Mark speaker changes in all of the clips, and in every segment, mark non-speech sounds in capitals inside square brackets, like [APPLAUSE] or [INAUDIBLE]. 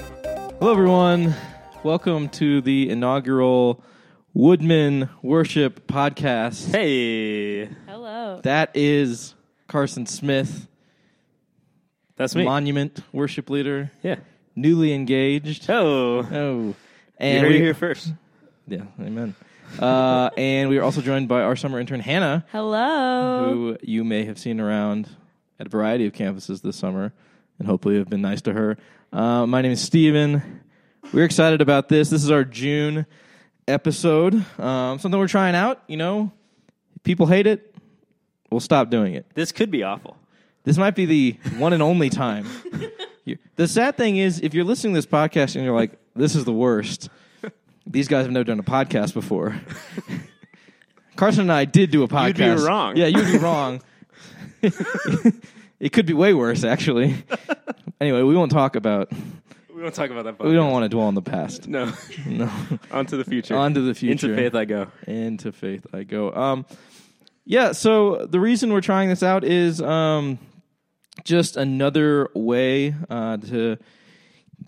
Speaker 1: Hello, everyone. Welcome to the inaugural Woodman Worship Podcast.
Speaker 2: Hey,
Speaker 3: Hello.
Speaker 1: That is Carson Smith,
Speaker 2: that's me.
Speaker 1: Monument Worship Leader,
Speaker 2: yeah.
Speaker 1: newly engaged.
Speaker 2: Oh,
Speaker 1: Oh,
Speaker 2: you
Speaker 1: and
Speaker 2: heard
Speaker 1: we,
Speaker 2: it here first.
Speaker 1: yeah, amen. Uh, and we are also joined by our summer intern Hannah,
Speaker 3: Hello.
Speaker 1: who you may have seen around at a variety of campuses this summer, and hopefully have been nice to her. Uh, my name is Steven. We're excited about this. This is our June episode. Um, something we're trying out. You know, if people hate it, we'll stop doing it.
Speaker 2: This could be awful.
Speaker 1: This might be the one and only time.
Speaker 2: [LAUGHS]
Speaker 1: You- the sad thing is, if you're listening to this podcast and you're like, "This is the worst," these guys have never done a podcast
Speaker 2: [LAUGHS]
Speaker 1: before. Carson and I did do a podcast.
Speaker 2: You'd be wrong.
Speaker 1: Yeah, you'd be
Speaker 2: [LAUGHS]
Speaker 1: wrong. it could be way worse,
Speaker 2: [LAUGHS]
Speaker 1: actually. Anyway, we won't talk about.
Speaker 2: We won't talk about that.
Speaker 1: We don't want to dwell on the past.
Speaker 2: No,
Speaker 1: No,
Speaker 2: [LAUGHS] on to the future.
Speaker 1: on to the future.
Speaker 2: Into faith I go.
Speaker 1: Into faith I go. Um, yeah, so the reason we're trying this out is um, just another way uh, to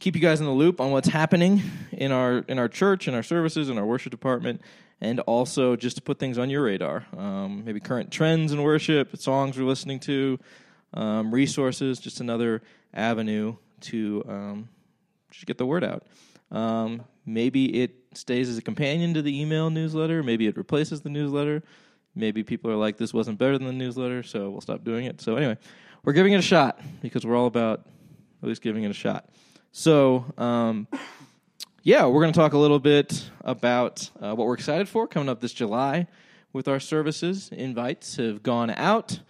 Speaker 1: keep you guys in the loop on what's happening in our in our church, in our services, in our worship department, and also just to put things on your radar. Um, maybe current trends in worship, songs we're listening to, um, resources. Just another avenue to um, just get the word out. Um, maybe it stays as a companion to the email newsletter. Maybe it replaces the newsletter. Maybe people are like, this wasn't better than the newsletter, so we'll stop doing it. So, anyway, we're giving it a shot because we're all about at least giving it a shot. So, um, yeah, we're going to talk a little bit about uh, what we're excited for coming up this July with our services. Invites have gone out.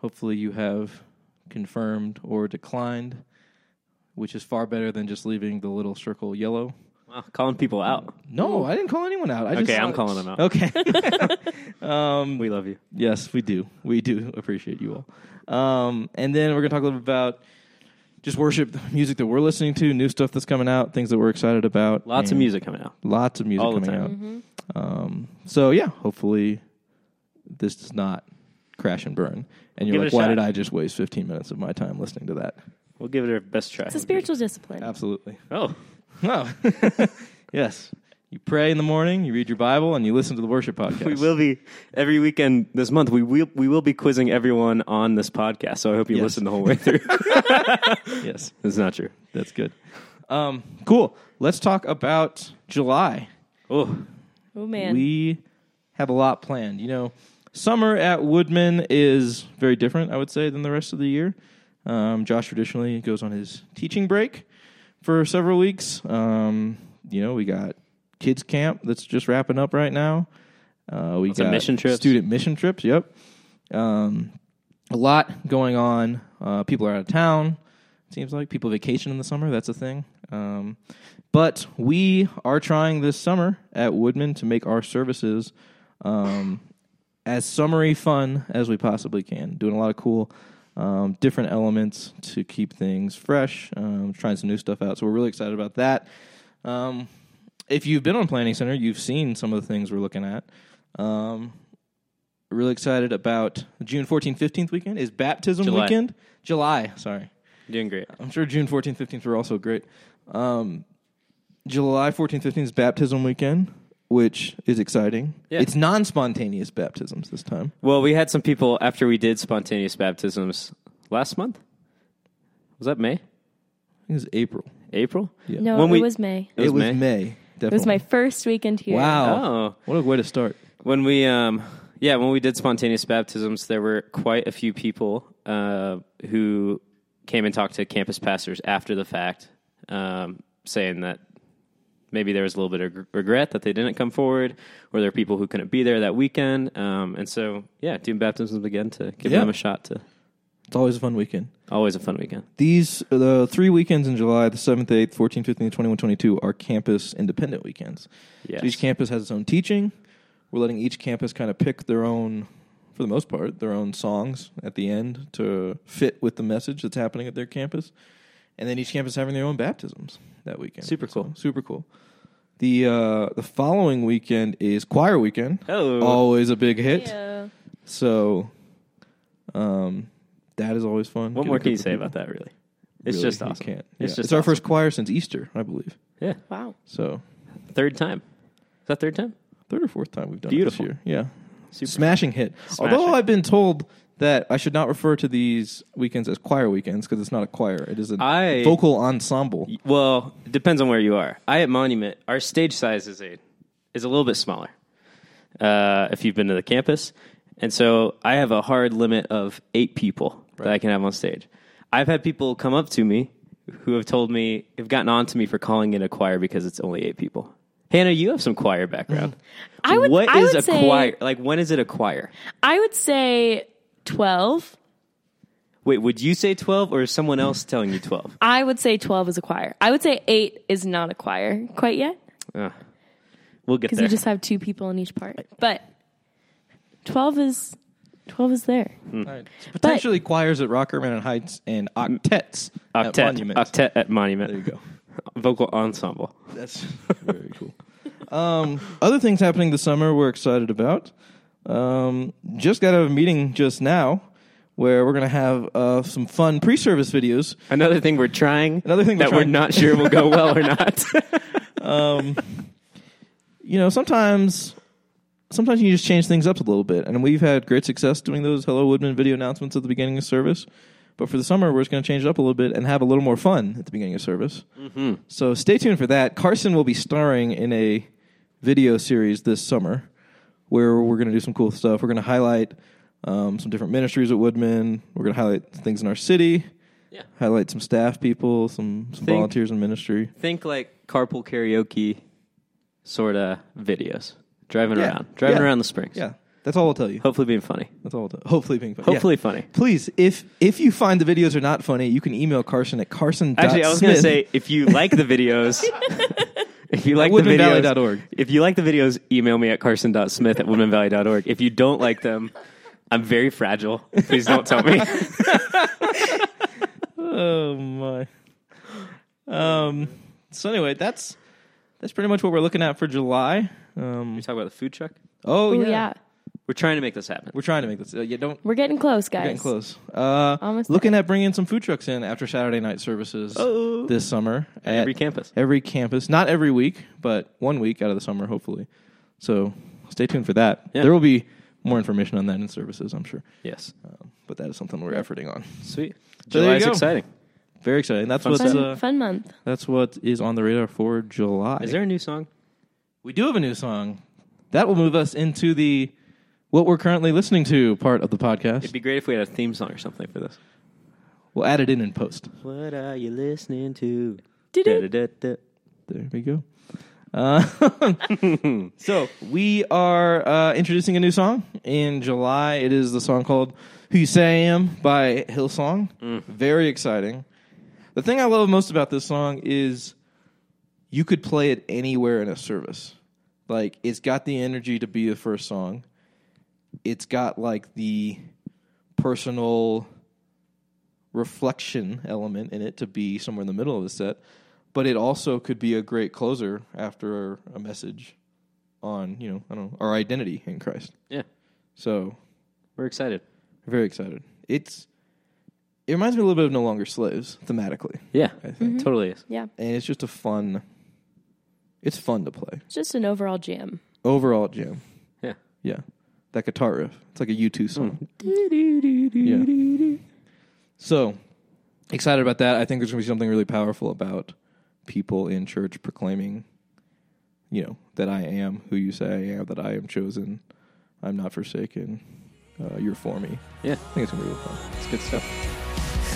Speaker 1: Hopefully, you have confirmed or declined, which is far better than just leaving the little circle yellow.
Speaker 2: Wow, calling people out.
Speaker 1: No, I didn't call anyone out. I just Oh.
Speaker 2: Okay, I'm calling them out.
Speaker 1: Okay.
Speaker 2: We love you.
Speaker 1: [LAUGHS] yes, we do. We do appreciate you all. Um, and then we're going to talk a little bit about just worship the music that we're listening to, new stuff that's coming out, things that we're excited about.
Speaker 2: Lots of
Speaker 1: and-
Speaker 2: music coming out.
Speaker 1: lots of music
Speaker 2: All the
Speaker 1: coming out. Um, so yeah, hopefully this does not crash and burn. And you're
Speaker 2: Give it
Speaker 1: like,
Speaker 2: a
Speaker 1: why
Speaker 2: shot."
Speaker 1: did I just waste 15 minutes of my time listening to that?
Speaker 2: We'll give it our best try.
Speaker 3: It's a spiritual discipline.
Speaker 1: Absolutely. [LAUGHS]
Speaker 2: Oh,
Speaker 1: No. yes. You pray in the morning, you read your Bible, and you listen to the worship podcast.
Speaker 2: [LAUGHS] we will be every weekend this month. We will we will be quizzing everyone on this podcast. So I hope you
Speaker 1: Yes.
Speaker 2: listen the whole way through.
Speaker 1: [LAUGHS]
Speaker 2: [LAUGHS]
Speaker 1: Yes,
Speaker 2: it's not true.
Speaker 1: that's good. Um, cool. Let's talk about July.
Speaker 2: Oh,
Speaker 3: Oh man.
Speaker 1: We have a lot planned. You know, summer at Woodman is very different, I would say, than the rest of the year. Um, Josh traditionally goes on his teaching break for several weeks. Um, you know, we got kids camp that's just wrapping up right now. Uh, we
Speaker 2: of
Speaker 1: got
Speaker 2: mission trips.
Speaker 1: student mission trips. Yep, um, a lot going on. Uh, people are out of town. it Seems like people vacation in the summer. That's a thing. Um, but we are trying this summer at Woodman to make our services um, as summery fun as we possibly can. Doing a lot of cool, um, different elements to keep things fresh. Um, trying some new stuff out. So we're really excited about that. Um, if you've been on Planning Center, you've seen some of the things we're looking at. Um, really excited about June 14th, 15th weekend is baptism
Speaker 2: July.
Speaker 1: weekend. July, sorry.
Speaker 2: doing great.
Speaker 1: I'm sure June 14th, 15th were also great. Um, July 14th, 15th is baptism weekend, which is exciting.
Speaker 2: Yeah.
Speaker 1: It's non spontaneous baptisms this time.
Speaker 2: Well, we had some people after we did spontaneous baptisms last month. Was that
Speaker 1: I
Speaker 2: May?
Speaker 1: think it was April.
Speaker 2: April?
Speaker 1: Yeah.
Speaker 3: no,
Speaker 2: When
Speaker 3: it
Speaker 2: we-
Speaker 3: was May.
Speaker 2: It was May.
Speaker 1: definitely.
Speaker 3: It was my first weekend here.
Speaker 1: Wow.
Speaker 2: Oh,
Speaker 1: What a way to start.
Speaker 2: when we um yeah when we did spontaneous baptisms there were quite a few people uh, who came and talked to campus pastors after the fact um, saying that maybe there was a little bit of gr- regret that they didn't come forward or there are people who couldn't be there that weekend um, and so yeah doing baptisms again to give
Speaker 1: Yeah.
Speaker 2: them a shot to
Speaker 1: It's always a fun weekend.
Speaker 2: always a fun weekend
Speaker 1: These the three weekends in July, the 7th, 8th, 14th, 15th, 21, 22 are campus independent weekends.
Speaker 2: yes.
Speaker 1: So each campus has its own teaching. We're letting each campus kind of pick their own for the most part, their own songs at the end to fit with the message that's happening at their campus. And then each campus having their own baptisms that weekend.
Speaker 2: Super cool.
Speaker 1: So, super cool. The uh, the following weekend is choir weekend.
Speaker 2: oh
Speaker 1: Always a big hit.
Speaker 3: Yeah.
Speaker 1: So um, that is always fun.
Speaker 2: what
Speaker 1: Get a
Speaker 2: more can
Speaker 1: group of
Speaker 2: you say
Speaker 1: people.
Speaker 2: about that really It's
Speaker 1: really.
Speaker 2: just
Speaker 1: You
Speaker 2: awesome.
Speaker 1: can't.
Speaker 2: It's
Speaker 1: yeah.
Speaker 2: just
Speaker 1: our
Speaker 2: awesome.
Speaker 1: first choir since Easter, I believe.
Speaker 2: Yeah,
Speaker 3: Wow.
Speaker 1: So
Speaker 2: third time. Is that third time?
Speaker 1: third or fourth time we've done
Speaker 2: Beautiful.
Speaker 1: it this year. Yeah.
Speaker 2: Super.
Speaker 1: Smashing hit.
Speaker 2: Smashing.
Speaker 1: Although I've been told that I should not refer to these weekends as choir weekends because it's not a choir. It is a
Speaker 2: I-
Speaker 1: vocal ensemble.
Speaker 2: Well, it depends on where you are. I at Monument, our stage size is a is a little bit smaller. Uh, if you've been to the campus, and so I have a hard limit of eight people that I can have on stage. I've had people come up to me who have told me have gotten on to me for calling it a choir because it's only eight people. Hannah, you have some choir background.
Speaker 3: I would-
Speaker 2: What
Speaker 3: I
Speaker 2: is
Speaker 3: would
Speaker 2: a
Speaker 3: say-
Speaker 2: choir? Like when is it a choir?
Speaker 3: I would say 12.
Speaker 2: Wait, would you say twelve or is someone else telling you twelve?
Speaker 3: I would say 12 is a choir. I would say 8 is not a choir quite yet
Speaker 2: Ugh. We'll get
Speaker 3: because
Speaker 2: there.
Speaker 3: you just have two people in each part. But 12 is 12 is there.
Speaker 1: Potentially choirs at Rockerman and Heights and octets
Speaker 2: octet,
Speaker 1: at Monument.
Speaker 2: octet at Monument.
Speaker 1: There you go.
Speaker 2: vocal ensemble.
Speaker 1: That's very cool. Um, other things happening this summer we're excited about. Um, just got out of a meeting just now where we're going to have uh, some fun pre service videos.
Speaker 2: Another thing we're trying.
Speaker 1: Another thing we're
Speaker 2: that we're
Speaker 1: trying.
Speaker 2: not sure will go well or not. [LAUGHS]
Speaker 1: You know, sometimes. Sometimes you just change things up a little bit, and we've had great success doing those Hello Woodman video announcements at the beginning of service. But for the summer, we're just going to change it up a little bit and have a little more fun at the beginning of service.
Speaker 2: Mm-hmm.
Speaker 1: So stay tuned for that. Carson will be starring in a video series this summer where we're going to do some cool stuff. We're going to highlight um, some different ministries at Woodman. We're going to highlight things in our city.
Speaker 2: Yeah.
Speaker 1: Highlight some staff people, some, some
Speaker 2: Think-
Speaker 1: volunteers in ministry.
Speaker 2: Think like carpool karaoke sort of videos. Driving
Speaker 1: Yeah.
Speaker 2: around. Driving
Speaker 1: Yeah.
Speaker 2: around the springs.
Speaker 1: Yeah, that's all I'll tell you.
Speaker 2: Hopefully being funny.
Speaker 1: That's all. I'll tell Hopefully being funny. Yeah.
Speaker 2: Hopefully funny.
Speaker 1: Please, if if you find the videos are not funny, you can email Carson at carson.
Speaker 2: Actually, I was going to say if you like [LAUGHS] the videos, if you like the videos,
Speaker 1: woodmanvalley.org.
Speaker 2: if you like the videos, email me at carson.smith at woodmanvalley.org. If you don't like them, I'm very fragile. Please don't tell [LAUGHS] me.
Speaker 1: [LAUGHS] Oh my. Um. So anyway, that's that's pretty much what we're looking at for July. Um.
Speaker 2: we talk about the food truck.
Speaker 1: [LAUGHS] Oh
Speaker 3: Ooh,
Speaker 1: yeah.
Speaker 3: yeah.
Speaker 2: We're trying to make this happen.
Speaker 1: We're trying to make this. Uh, yeah. Don't
Speaker 3: We're getting close, guys.
Speaker 1: getting close. Uh.
Speaker 3: Almost
Speaker 1: looking at bringing some food trucks in after Saturday night services
Speaker 2: Oh.
Speaker 1: this summer at
Speaker 2: Every campus.
Speaker 1: every campus. Not every week, but one week out of the summer, hopefully. So stay tuned for that.
Speaker 2: Yeah.
Speaker 1: There will be more information on that in services, I'm sure.
Speaker 2: Yes.
Speaker 1: Um, but that is something we're efforting on.
Speaker 2: Sweet.
Speaker 1: So there you
Speaker 2: July's
Speaker 1: go.
Speaker 2: exciting.
Speaker 1: Very exciting. That's
Speaker 2: Fun
Speaker 1: what's
Speaker 3: Fun,
Speaker 1: uh,
Speaker 3: fun month.
Speaker 1: that's what is on the radar for July.
Speaker 2: Is there a new song?
Speaker 1: We do have a new song. That will move us into the what we're currently listening to part of the
Speaker 2: It'd
Speaker 1: podcast.
Speaker 2: be great if we had a theme song or something for this.
Speaker 1: We'll add it in in post.
Speaker 2: What are you listening to?
Speaker 3: Do-do.
Speaker 1: There we go. Uh, [LAUGHS] so we are uh, introducing a new song in July. It is the song called "Who You Say I Am" by Hillsong. Very exciting. The thing I love most about this song is you could play it anywhere in a service. Like it's got the energy to be the first song. It's got like the personal reflection element in it to be somewhere in the middle of the set, but it also could be a great closer after a message on, you know, I don't know, our identity in Christ.
Speaker 2: Yeah,
Speaker 1: So,
Speaker 2: we're excited.
Speaker 1: very excited. It's it reminds me a little bit of No Longer Slaves thematically,
Speaker 2: Yeah,
Speaker 1: I think.
Speaker 2: totally is.
Speaker 3: Yeah.
Speaker 1: And it's just a fun it's fun to play.
Speaker 3: It's just an overall jam.
Speaker 1: Overall jam.
Speaker 2: Yeah. Hmm.
Speaker 1: Yeah. That guitar riff. It's like a U2 song. Yeah. So excited about that. I think there's going to be something really powerful about people in church proclaiming, you know, that I am who you say I am, that I am chosen, I'm not forsaken, uh, you're for me.
Speaker 2: Yeah.
Speaker 1: I think it's going to be really fun.
Speaker 2: It's good stuff.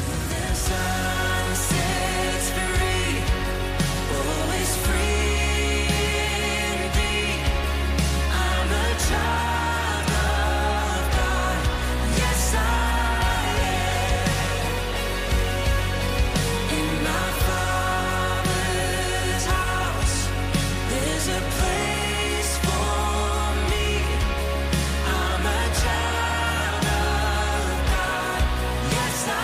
Speaker 4: The sun sets free, always free indeed. I'm a child of God, yes I am. In my Father's house, there's a place for me. I'm a child of God, yes I am.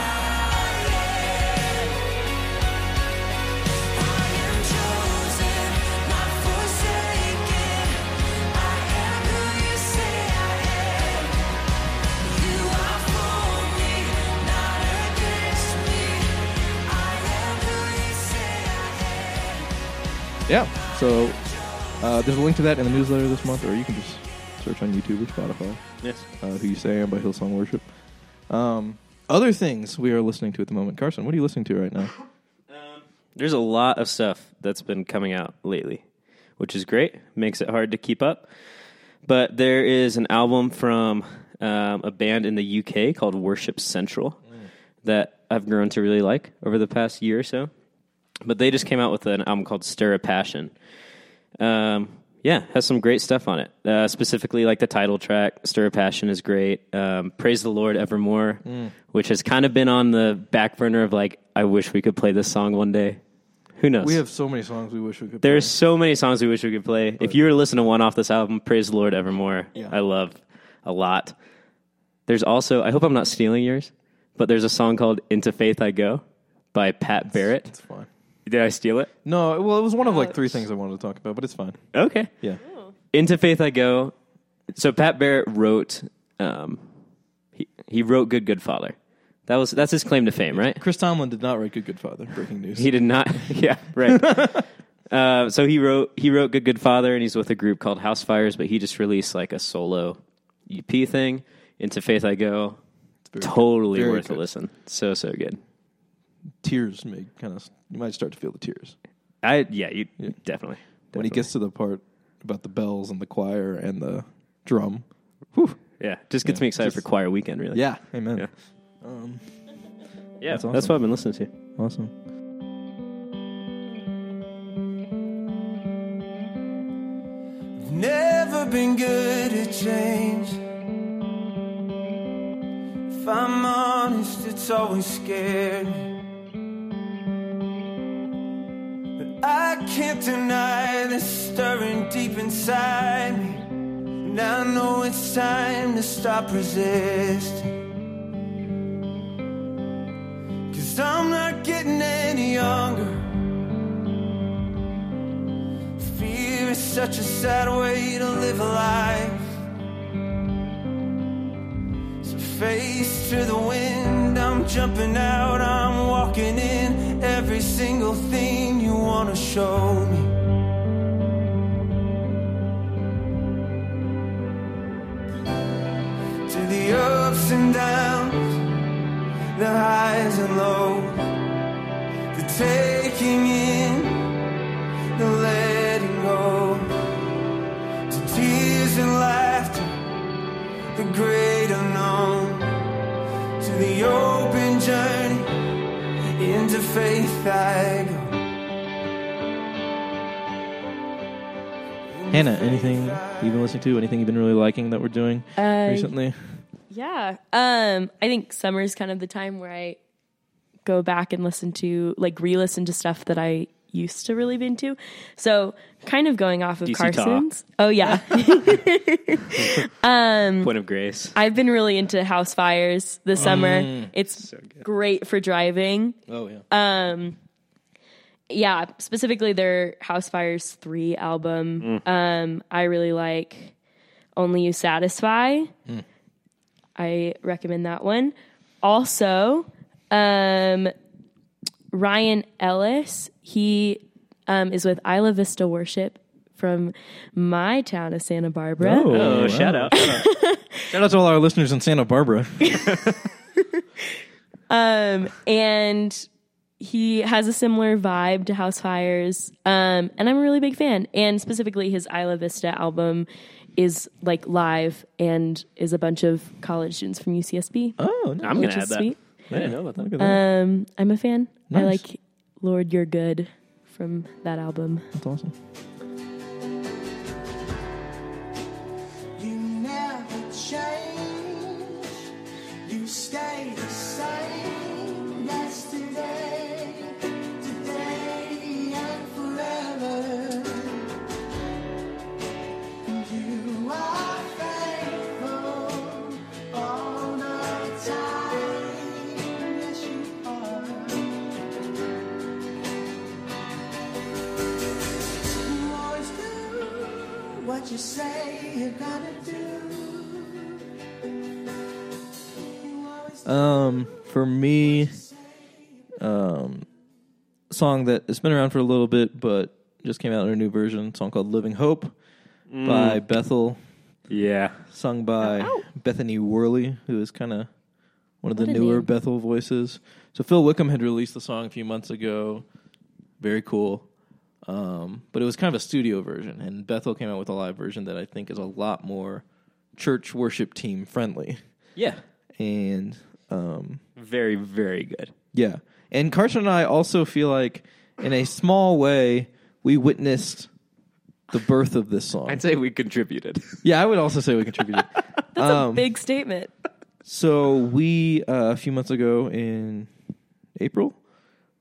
Speaker 1: yeah. So uh, there's a link to that in the newsletter this month, or you can just search on YouTube or Spotify.
Speaker 2: Yes.
Speaker 1: Uh, Who You Say I Am by Hillsong Worship. Um, other things we are listening to at the moment. Carson, what are you listening to right now?
Speaker 2: There's a lot of stuff that's been coming out lately, which is great. Makes it hard to keep up. But there is an album from um, a band in the UK called Worship Central that I've grown to really like over the past year or so. But they just came out with an album called Stir a Passion. Um, yeah, has some great stuff on it. Uh, specifically, like the title track, Stir a Passion is great. Um, Praise the Lord Evermore,
Speaker 1: Mm.
Speaker 2: which has kind of been on the back burner of like, I wish we could play this song one day. Who knows?
Speaker 1: We have so many songs we wish we could.
Speaker 2: There's so many songs we wish we could play. if you were to listen to one off this album, Praise the Lord Evermore,
Speaker 1: Yeah.
Speaker 2: I love a lot. There's also, I hope I'm not stealing yours, but there's a song called Into Faith I Go by Pat Barrett.
Speaker 1: It's fine.
Speaker 2: Did I steal it?
Speaker 1: No, well, it was one of like three things I wanted to talk about, but it's fine.
Speaker 2: Okay.
Speaker 1: Yeah.
Speaker 2: Oh. Into Faith I Go. So Pat Barrett wrote, um, he, he wrote Good Good Father. That was, that's his claim to fame, right?
Speaker 1: Chris Tomlin did not write Good Good Father. Breaking news.
Speaker 2: [LAUGHS] He did not. Yeah,
Speaker 1: [LAUGHS]
Speaker 2: right. uh, so he wrote he wrote Good Good Father, and he's with a group called House Fires. But he just released like a solo EP thing. Into Faith I Go.
Speaker 1: very good.
Speaker 2: Totally
Speaker 1: Very
Speaker 2: worth
Speaker 1: good.
Speaker 2: a listen. So so good.
Speaker 1: tears may kind of you might start to feel the tears
Speaker 2: I yeah you definitely.
Speaker 1: when he
Speaker 2: definitely.
Speaker 1: gets to the part about the bells and the choir and the drum.
Speaker 2: yeah just gets
Speaker 1: Yeah.
Speaker 2: me excited
Speaker 1: Just-
Speaker 2: for choir weekend really
Speaker 1: Yeah, amen.
Speaker 2: Yeah.
Speaker 1: Um,
Speaker 2: yeah
Speaker 1: That's
Speaker 2: that's,
Speaker 1: awesome.
Speaker 2: what I've been listening to.
Speaker 1: awesome.
Speaker 4: Never been good at change. If I'm honest, it's always scared me. But I can't deny this stirring deep inside me. And I know it's time to stop resisting. Cause I'm not getting any younger. Fear is such a sad way to live a life. So face to the wind, I'm jumping out, I'm walking in. Every single thing you wanna show me. To the ups and downs, the highs and lows, the taking in the letting go to tears and laughter, the great unknown to the open journey into faith I go. Into
Speaker 1: Hannah,
Speaker 4: faith
Speaker 1: anything
Speaker 4: I
Speaker 1: you've been listening to? Anything you've been really liking that we're doing
Speaker 3: Uh,
Speaker 1: recently?
Speaker 3: Yeah. Um, I think summer is kind of the time where I go back and listen to, like, re listen to stuff that I used to really be into. So, kind of going off of
Speaker 2: DC Talk.
Speaker 3: Carson's. Oh, yeah. mm.
Speaker 2: Point of Grace.
Speaker 3: I've been really into house fires this summer. It's great for driving.
Speaker 1: Mm.
Speaker 3: Um,
Speaker 1: Oh yeah.
Speaker 3: yeah, specifically their House Fires 3
Speaker 1: Mm.
Speaker 3: album. Um, I really like Only You Satisfy.
Speaker 1: Mm.
Speaker 3: I recommend that one. Also, um, Ryan Ellis, he um, is with Isla Vista Worship from my town of Santa Barbara.
Speaker 2: Oh,
Speaker 1: wow.
Speaker 2: shout out.
Speaker 1: Shout out to all our listeners in Santa Barbara.
Speaker 3: Um, and he has a similar vibe to House Fires. Um, and I'm a really big fan. And specifically, his Isla Vista album is like live and is a bunch of college students from UCSB.
Speaker 1: oh, no.
Speaker 2: I'm gonna
Speaker 3: Which
Speaker 2: add
Speaker 3: is
Speaker 2: that.
Speaker 3: sweet.
Speaker 2: I didn't know about
Speaker 1: Look
Speaker 2: that.
Speaker 1: at that.
Speaker 3: Um, I'm a fan. I
Speaker 1: Nice.
Speaker 3: like Lord You're Good from that album.
Speaker 1: That's awesome.
Speaker 4: You never change. You stay the same. Yesterday, today, and forever. You are faithful all the time. Yes, you are. You always do what you say you're gonna do. You always
Speaker 1: Um, for me, um, song that it's been around for a little bit, but just came out in a new version. song called "Living Hope" by Bethel,
Speaker 2: Yeah.
Speaker 1: sung by Bethany Worley, who is kind of one of the
Speaker 3: Oh, What a
Speaker 1: newer
Speaker 3: name.
Speaker 1: Bethel voices. So Phil Wickham had released the song a few months ago. Very cool. Um, but it was kind of a studio version, and Bethel came out with a live version that I think is a lot more church worship team friendly.
Speaker 2: Yeah.
Speaker 1: And um,
Speaker 2: Very, very good.
Speaker 1: yeah. And Carson and I also feel like, in a small way, we witnessed the birth of this song.
Speaker 2: I'd say we
Speaker 1: [LAUGHS]
Speaker 2: contributed.
Speaker 1: yeah, I would also say we contributed.
Speaker 2: [LAUGHS]
Speaker 3: That's
Speaker 1: Um,
Speaker 3: a big statement.
Speaker 1: so we, uh, a few months ago in April,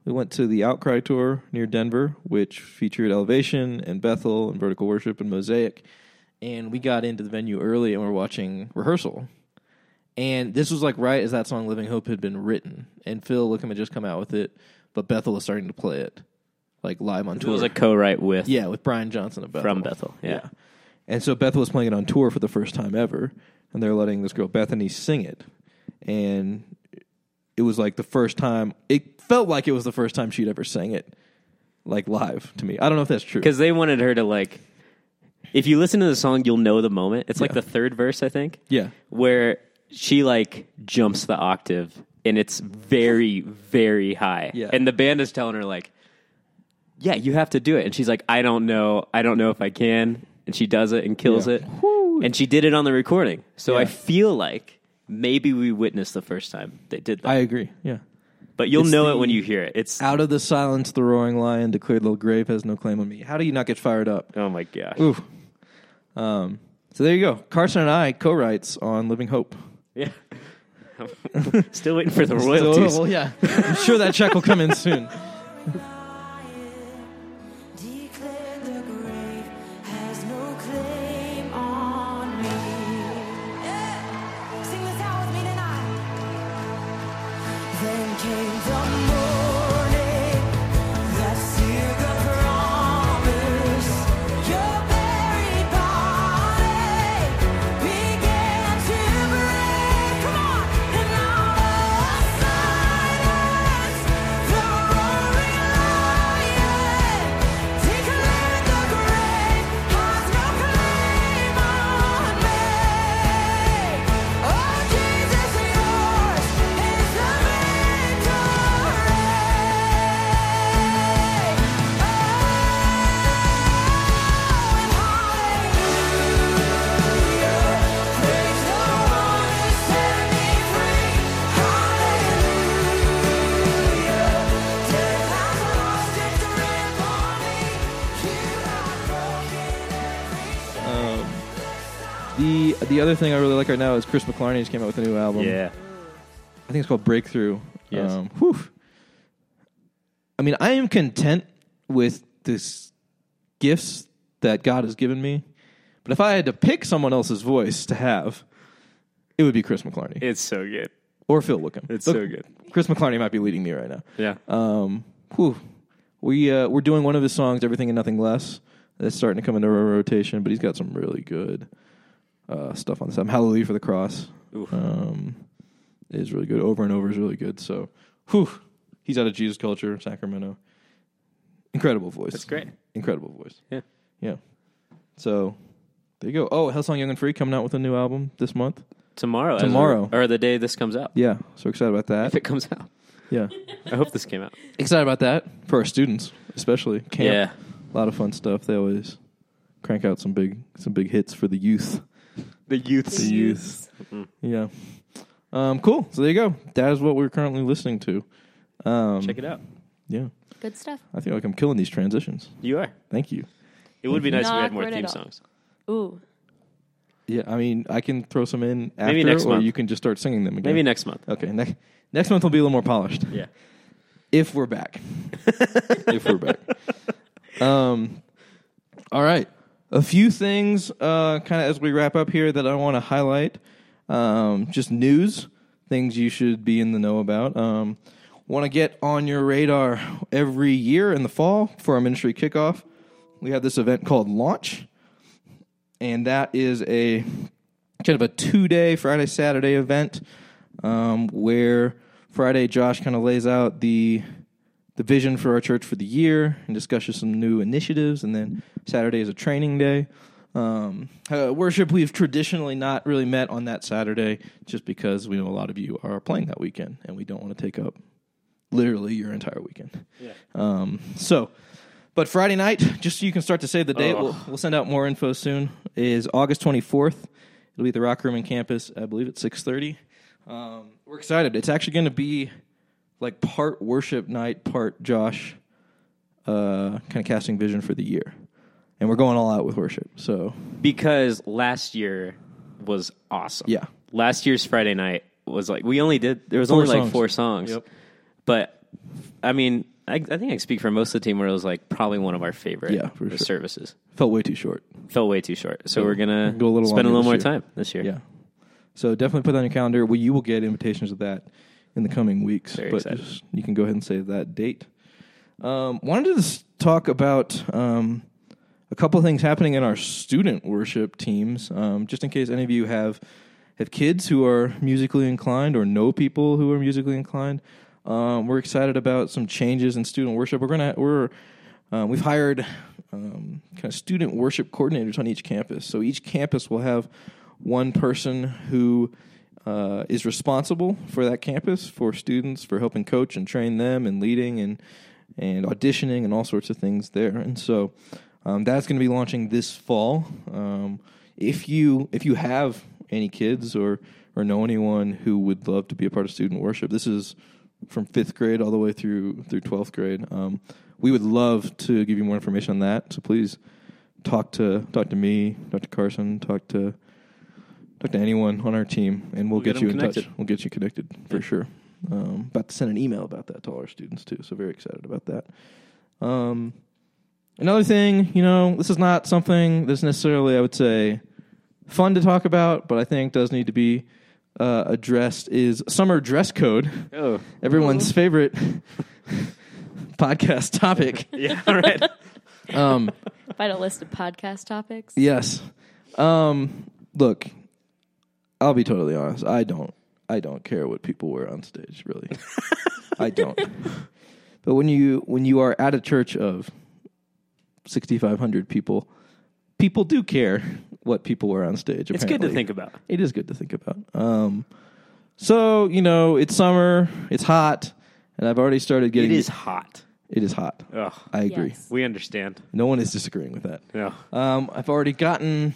Speaker 1: we went to the Outcry Tour near Denver, which featured Elevation and Bethel and Vertical Worship and Mosaic. And we got into the venue early and we are watching rehearsal. And this was like right as that song Living Hope had been written. And Phil Wickham had just come out with it, but Bethel was starting to play it like live on
Speaker 2: It
Speaker 1: tour.
Speaker 2: was a co-write with
Speaker 1: Yeah, with Brian Johnson of Bethel.
Speaker 2: from Bethel. Yeah.
Speaker 1: And so Bethel was playing it on tour for the first time ever, and they're letting this girl Bethany sing it. And it was like the first time it felt like it was the first time she'd ever sang it like live to me. I don't know if that's true.
Speaker 2: Because they wanted her to like. If you listen to the song, you'll know the moment. It's like
Speaker 1: Yeah.
Speaker 2: the third verse, I think.
Speaker 1: Yeah.
Speaker 2: Where she like jumps the octave, and it's very, very high.
Speaker 1: Yeah.
Speaker 2: And the band is telling her like, "Yeah, you have to do it." And she's like, "I don't know. I don't know if I can." And she does it and kills
Speaker 1: Yeah.
Speaker 2: it. And she did it on the recording. So
Speaker 1: Yeah.
Speaker 2: I feel like maybe we witnessed the first time they did that.
Speaker 1: I agree. Yeah.
Speaker 2: but you'll
Speaker 1: it's
Speaker 2: know it
Speaker 1: the-
Speaker 2: when you hear it. It's
Speaker 1: Out of the silence, the roaring lion declared, "Little grave has no claim on me." How do you not get fired up?
Speaker 2: oh my gosh.
Speaker 1: Oof. Um, so there you go. Carson and I co-writes on "Living Hope."
Speaker 2: Yeah. Still waiting for the
Speaker 1: So,
Speaker 2: royalties.
Speaker 1: well, yeah, I'm sure that check will come in [LAUGHS] soon.
Speaker 5: Declare the grave has no claim on me. Yeah. Sing this out with me tonight. Then came the morning that sealed the promise. Your buried body began to breathe. Come on, and out of silence, the roaring lion declared the grave has no claim on me. Oh Jesus, yours is the
Speaker 1: The the other thing I really like right now is Chris McClarney just came out with a new album.
Speaker 2: Yeah.
Speaker 1: I think it's called Breakthrough. Um,
Speaker 2: Yes.
Speaker 1: whew. I mean, I am content with this gifts that God has given me, but if I had to pick someone else's voice to have, it would be Chris McClarney
Speaker 2: It's so good.
Speaker 1: or Phil Wickham.
Speaker 2: It's
Speaker 1: Look,
Speaker 2: so good.
Speaker 1: Chris McClarney might be leading me right now.
Speaker 2: Yeah.
Speaker 1: Um, whew. We uh, we're doing one of his songs, "Everything and Nothing Less." That's starting to come into our rotation, but he's got some really good uh, stuff on this album. "Hallelujah for the Cross"
Speaker 2: Oof.
Speaker 1: um, is really good. "Over and Over" is really good. So, whew, he's out of Jesus Culture, Sacramento. Incredible voice.
Speaker 2: That's great.
Speaker 1: Incredible voice.
Speaker 2: Yeah.
Speaker 1: Yeah. So there you go. Oh, Hellsong Young and Free coming out with a new album this month.
Speaker 2: Tomorrow. as
Speaker 1: Tomorrow.
Speaker 2: a- or the day this comes out.
Speaker 1: Yeah, so excited about that.
Speaker 2: If it comes out. [LAUGHS]
Speaker 1: Yeah,
Speaker 2: I hope this came out.
Speaker 1: excited about that for our students, especially camp.
Speaker 2: Yeah.
Speaker 1: A lot of fun stuff. They always crank out some big some big hits for the youth.
Speaker 2: The youths.
Speaker 1: The youth. Yeah. Um, cool. So there you go. That is what we're currently listening to. Um,
Speaker 2: Check it out.
Speaker 1: Yeah.
Speaker 3: Good stuff.
Speaker 1: I feel like I'm killing these transitions.
Speaker 2: You are.
Speaker 1: Thank you.
Speaker 2: It would be nice if we
Speaker 3: Not
Speaker 2: had more
Speaker 3: word at
Speaker 2: theme
Speaker 3: all.
Speaker 2: songs.
Speaker 3: Ooh,
Speaker 1: Yeah. I mean, I can throw some in after,
Speaker 2: Maybe next
Speaker 1: or
Speaker 2: month.
Speaker 1: you can just start singing them again.
Speaker 2: Maybe next month.
Speaker 1: Okay. Ne- next month will be a little more polished.
Speaker 2: Yeah.
Speaker 1: if we're back. if we're back. Um, all right. A few things, uh, kind of as we wrap up here, that I want to highlight. Um, just news, things you should be in the know about. Um, want to get on your radar every year in the fall for our ministry kickoff. We have this event called Launch, and that is a kind of a two day Friday Saturday event um, where Friday Josh kind of lays out the the vision for our church for the year and discuss just some new initiatives. And then Saturday is a training day. Um, uh, worship, we've traditionally not really met on that Saturday just because we know a lot of you are playing that weekend and we don't want to take up literally your entire weekend. Um, so, but Friday night, just so you can start to save the date, we'll, we'll send out more info soon. Is August twenty fourth? It'll be at the Rock Room in campus. I believe at six thirty. Um, we're excited. It's actually going to be like part worship night, part Josh, uh, kind of casting vision for the year, and we're going all out with worship. So
Speaker 2: because last year was awesome.
Speaker 1: Yeah.
Speaker 2: Last year's Friday night was like we only did there was
Speaker 1: Four
Speaker 2: only
Speaker 1: songs.
Speaker 2: like four songs.
Speaker 1: Yep.
Speaker 2: But I mean, I, I think I can speak for most of the team where it was like probably one of our favorite
Speaker 1: Yeah, for sure.
Speaker 2: services.
Speaker 1: felt way too short.
Speaker 2: Fell way too short. So we're gonna
Speaker 1: go a little
Speaker 2: spend
Speaker 1: longer
Speaker 2: a little more
Speaker 1: this year.
Speaker 2: time this year.
Speaker 1: Yeah. So definitely put that on your calendar. Well, you will get invitations of that in the coming weeks.
Speaker 2: Very
Speaker 1: but
Speaker 2: excited.
Speaker 1: just- you can go ahead and save that date. Um, wanted to just talk about um, a couple of things happening in our student worship teams, um, just in case any of you have have kids who are musically inclined or know people who are musically inclined. Um, we're excited about some changes in student worship. We're gonna we're um, we've hired um, kind of student worship coordinators on each campus. So each campus will have one person who uh, is responsible for that campus, for students, for helping coach and train them, and leading and and auditioning and all sorts of things there. And so um, that's going to be launching this fall. Um, if you if you have any kids or or know anyone who would love to be a part of student worship, this is from fifth grade all the way through through twelfth grade. Um, we would love to give you more information on that. So please talk to talk to me, Dr. Carson, talk to talk to anyone on our team, and we'll,
Speaker 2: We'll get
Speaker 1: get, you
Speaker 2: them
Speaker 1: in
Speaker 2: connected.
Speaker 1: touch. We'll get you connected for sure. Um, about to send an email about that to all our students too. So very excited about that. Um, another thing, you know, this is not something that's necessarily I would say fun to talk about, but I think does need to be uh, addressed is summer dress code.
Speaker 2: [LAUGHS] Oh.
Speaker 1: Everyone's favorite [LAUGHS] podcast
Speaker 2: [LAUGHS]
Speaker 1: topic.
Speaker 2: Yeah. All right.
Speaker 1: Um,
Speaker 3: Find a list of podcast topics.
Speaker 1: Yes. Um, look, I'll be totally honest. I don't. I don't care what people wear on stage.
Speaker 2: [LAUGHS]
Speaker 1: Really, I don't. But when you when you are at a church of sixty five hundred people, people do care what people wear on stage.
Speaker 2: it's good to
Speaker 1: apparently.
Speaker 2: think about.
Speaker 1: It is good to think about. Um, so you know, it's summer. It's hot, and I've already started
Speaker 2: It
Speaker 1: getting.
Speaker 2: is hot.
Speaker 1: It is hot.
Speaker 2: Ugh.
Speaker 1: I agree.
Speaker 3: Yes.
Speaker 2: We understand.
Speaker 1: No one is disagreeing with that.
Speaker 2: No.
Speaker 1: Um, I've already gotten,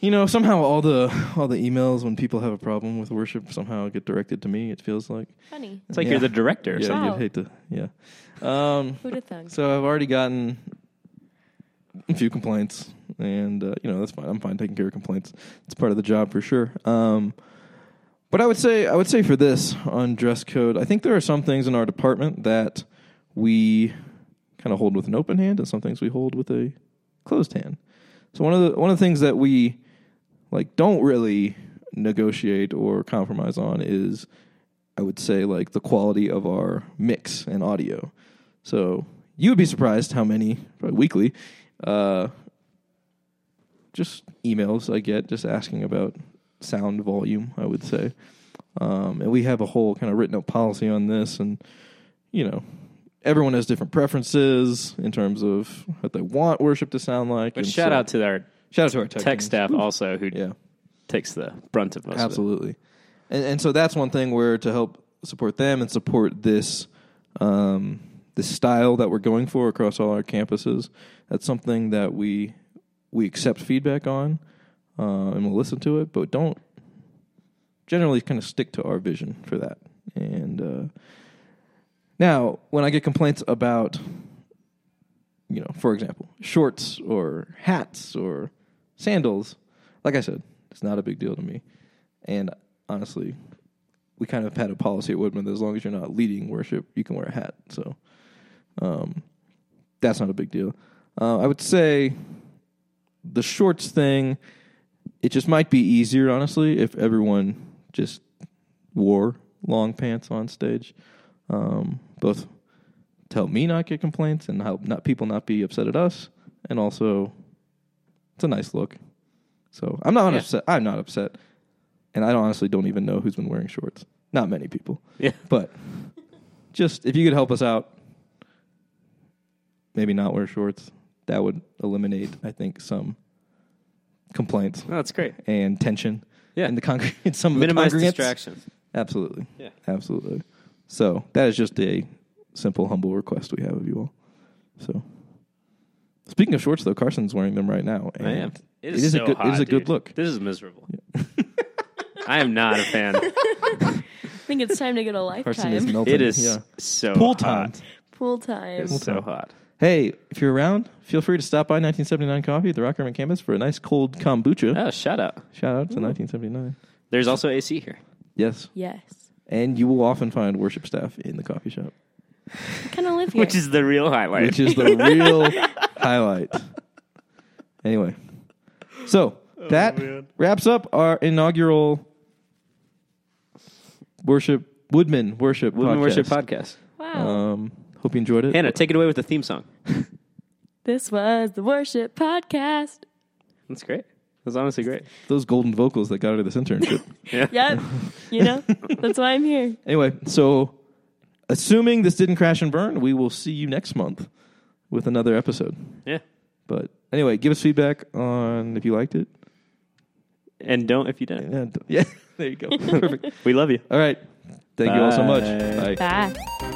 Speaker 1: you know, somehow all the all the emails when people have a problem with worship somehow get directed to me. It feels like
Speaker 3: Funny.
Speaker 2: It's like
Speaker 1: Yeah.
Speaker 2: you're the director. or
Speaker 1: yeah,
Speaker 2: something.
Speaker 3: something.
Speaker 1: you'd hate to yeah. Um,
Speaker 3: Who'd have thunk?
Speaker 1: so I've already gotten a few complaints, and uh, you know that's fine. I'm fine taking care of complaints. It's part of the job for sure. Um, but I would say I would say for this on dress code, I think there are some things in our department that we kind of hold with an open hand, and some things we hold with a closed hand. So one of the one of the things that we like don't really negotiate or compromise on is I would say like the quality of our mix and audio. So you would be surprised how many probably weekly uh, just emails I get just asking about sound volume, I would say. Um, and we have a whole kind of written up policy on this and you know everyone has different preferences in terms of what they want worship to sound like.
Speaker 2: But
Speaker 1: and
Speaker 2: shout
Speaker 1: so-
Speaker 2: out to our
Speaker 1: Shout out to our tech,
Speaker 2: tech
Speaker 1: teams.
Speaker 2: staff also who
Speaker 1: Yeah,
Speaker 2: takes the brunt of most of it.
Speaker 1: absolutely. And, and so that's one thing where to help support them and support this um, this style that we're going for across all our campuses. That's something that we we accept feedback on uh, and we'll listen to it, but don't generally kind of stick to our vision for that. And uh, now, when I get complaints about, you know, for example, shorts or hats or sandals, like I said, it's not a big deal to me. And honestly, we kind of had a policy at Woodman that as long as you're not leading worship, you can wear a hat. So um, that's not a big deal. Uh, I would say the shorts thing, it just might be easier, honestly, if everyone just wore long pants on stage. Um, both to help me not get complaints and help not people not be upset at us, and also it's a nice look. So I'm not
Speaker 2: Yeah.
Speaker 1: upset. I'm not upset, and I don't, honestly don't even know who's been wearing shorts. Not many people,
Speaker 2: Yeah.
Speaker 1: but Just if you could help us out, maybe not wear shorts. That would eliminate, I think, some complaints
Speaker 2: Oh, that's great.
Speaker 1: and tension
Speaker 2: Yeah.
Speaker 1: in the congregation. [LAUGHS] Some of
Speaker 2: Minimize
Speaker 1: the congregants.
Speaker 2: distractions.
Speaker 1: Absolutely.
Speaker 2: Yeah.
Speaker 1: Absolutely. So that is just a simple, humble request we have of you all. So speaking of shorts, though, Carson's wearing them right now. And
Speaker 2: I am.
Speaker 1: It is, a
Speaker 2: so
Speaker 1: good.
Speaker 2: hot,
Speaker 1: it is a good
Speaker 2: dude.
Speaker 1: look.
Speaker 2: This is miserable. [LAUGHS] I am not a
Speaker 1: [LAUGHS]
Speaker 2: fan.
Speaker 3: I think it's time to get a
Speaker 1: Carson is
Speaker 3: lifetime.
Speaker 1: melting.
Speaker 2: It is
Speaker 1: Yeah.
Speaker 2: so
Speaker 1: Pool
Speaker 2: hot.
Speaker 1: time.
Speaker 3: Pool time.
Speaker 2: It's so hot.
Speaker 1: Hey, if you're around, feel free to stop by 1979 Coffee at the Rockman campus for a nice cold kombucha.
Speaker 2: Oh, shut up.
Speaker 1: Shout out to 1979.
Speaker 2: There's also AC here.
Speaker 1: Yes,
Speaker 3: Yes.
Speaker 1: and you will often find worship staff in the coffee shop,
Speaker 3: I kind of live here.
Speaker 2: Which is the real highlight.
Speaker 1: which is
Speaker 2: [LAUGHS]
Speaker 1: the real highlight. Anyway, so
Speaker 2: Oh,
Speaker 1: that wraps up our inaugural worship Woodman worship
Speaker 2: Women
Speaker 1: podcast.
Speaker 2: Worship Podcast.
Speaker 3: wow.
Speaker 1: Um, hope you enjoyed it.
Speaker 2: Hannah, take it away with the theme song.
Speaker 3: this was the worship podcast.
Speaker 2: That's great. That's honestly great.
Speaker 1: Those golden vocals that got her this internship.
Speaker 3: Yep. you know, that's why I'm here.
Speaker 1: Anyway, so assuming this didn't crash and burn, we will see you next month with another episode.
Speaker 2: Yeah.
Speaker 1: But anyway, give us feedback on if you liked it.
Speaker 2: And don't if you didn't.
Speaker 1: And yeah, [LAUGHS] there you go. Perfect.
Speaker 2: We love you.
Speaker 1: All right. Thank you all so much.
Speaker 2: Bye.
Speaker 1: Bye.
Speaker 3: Bye.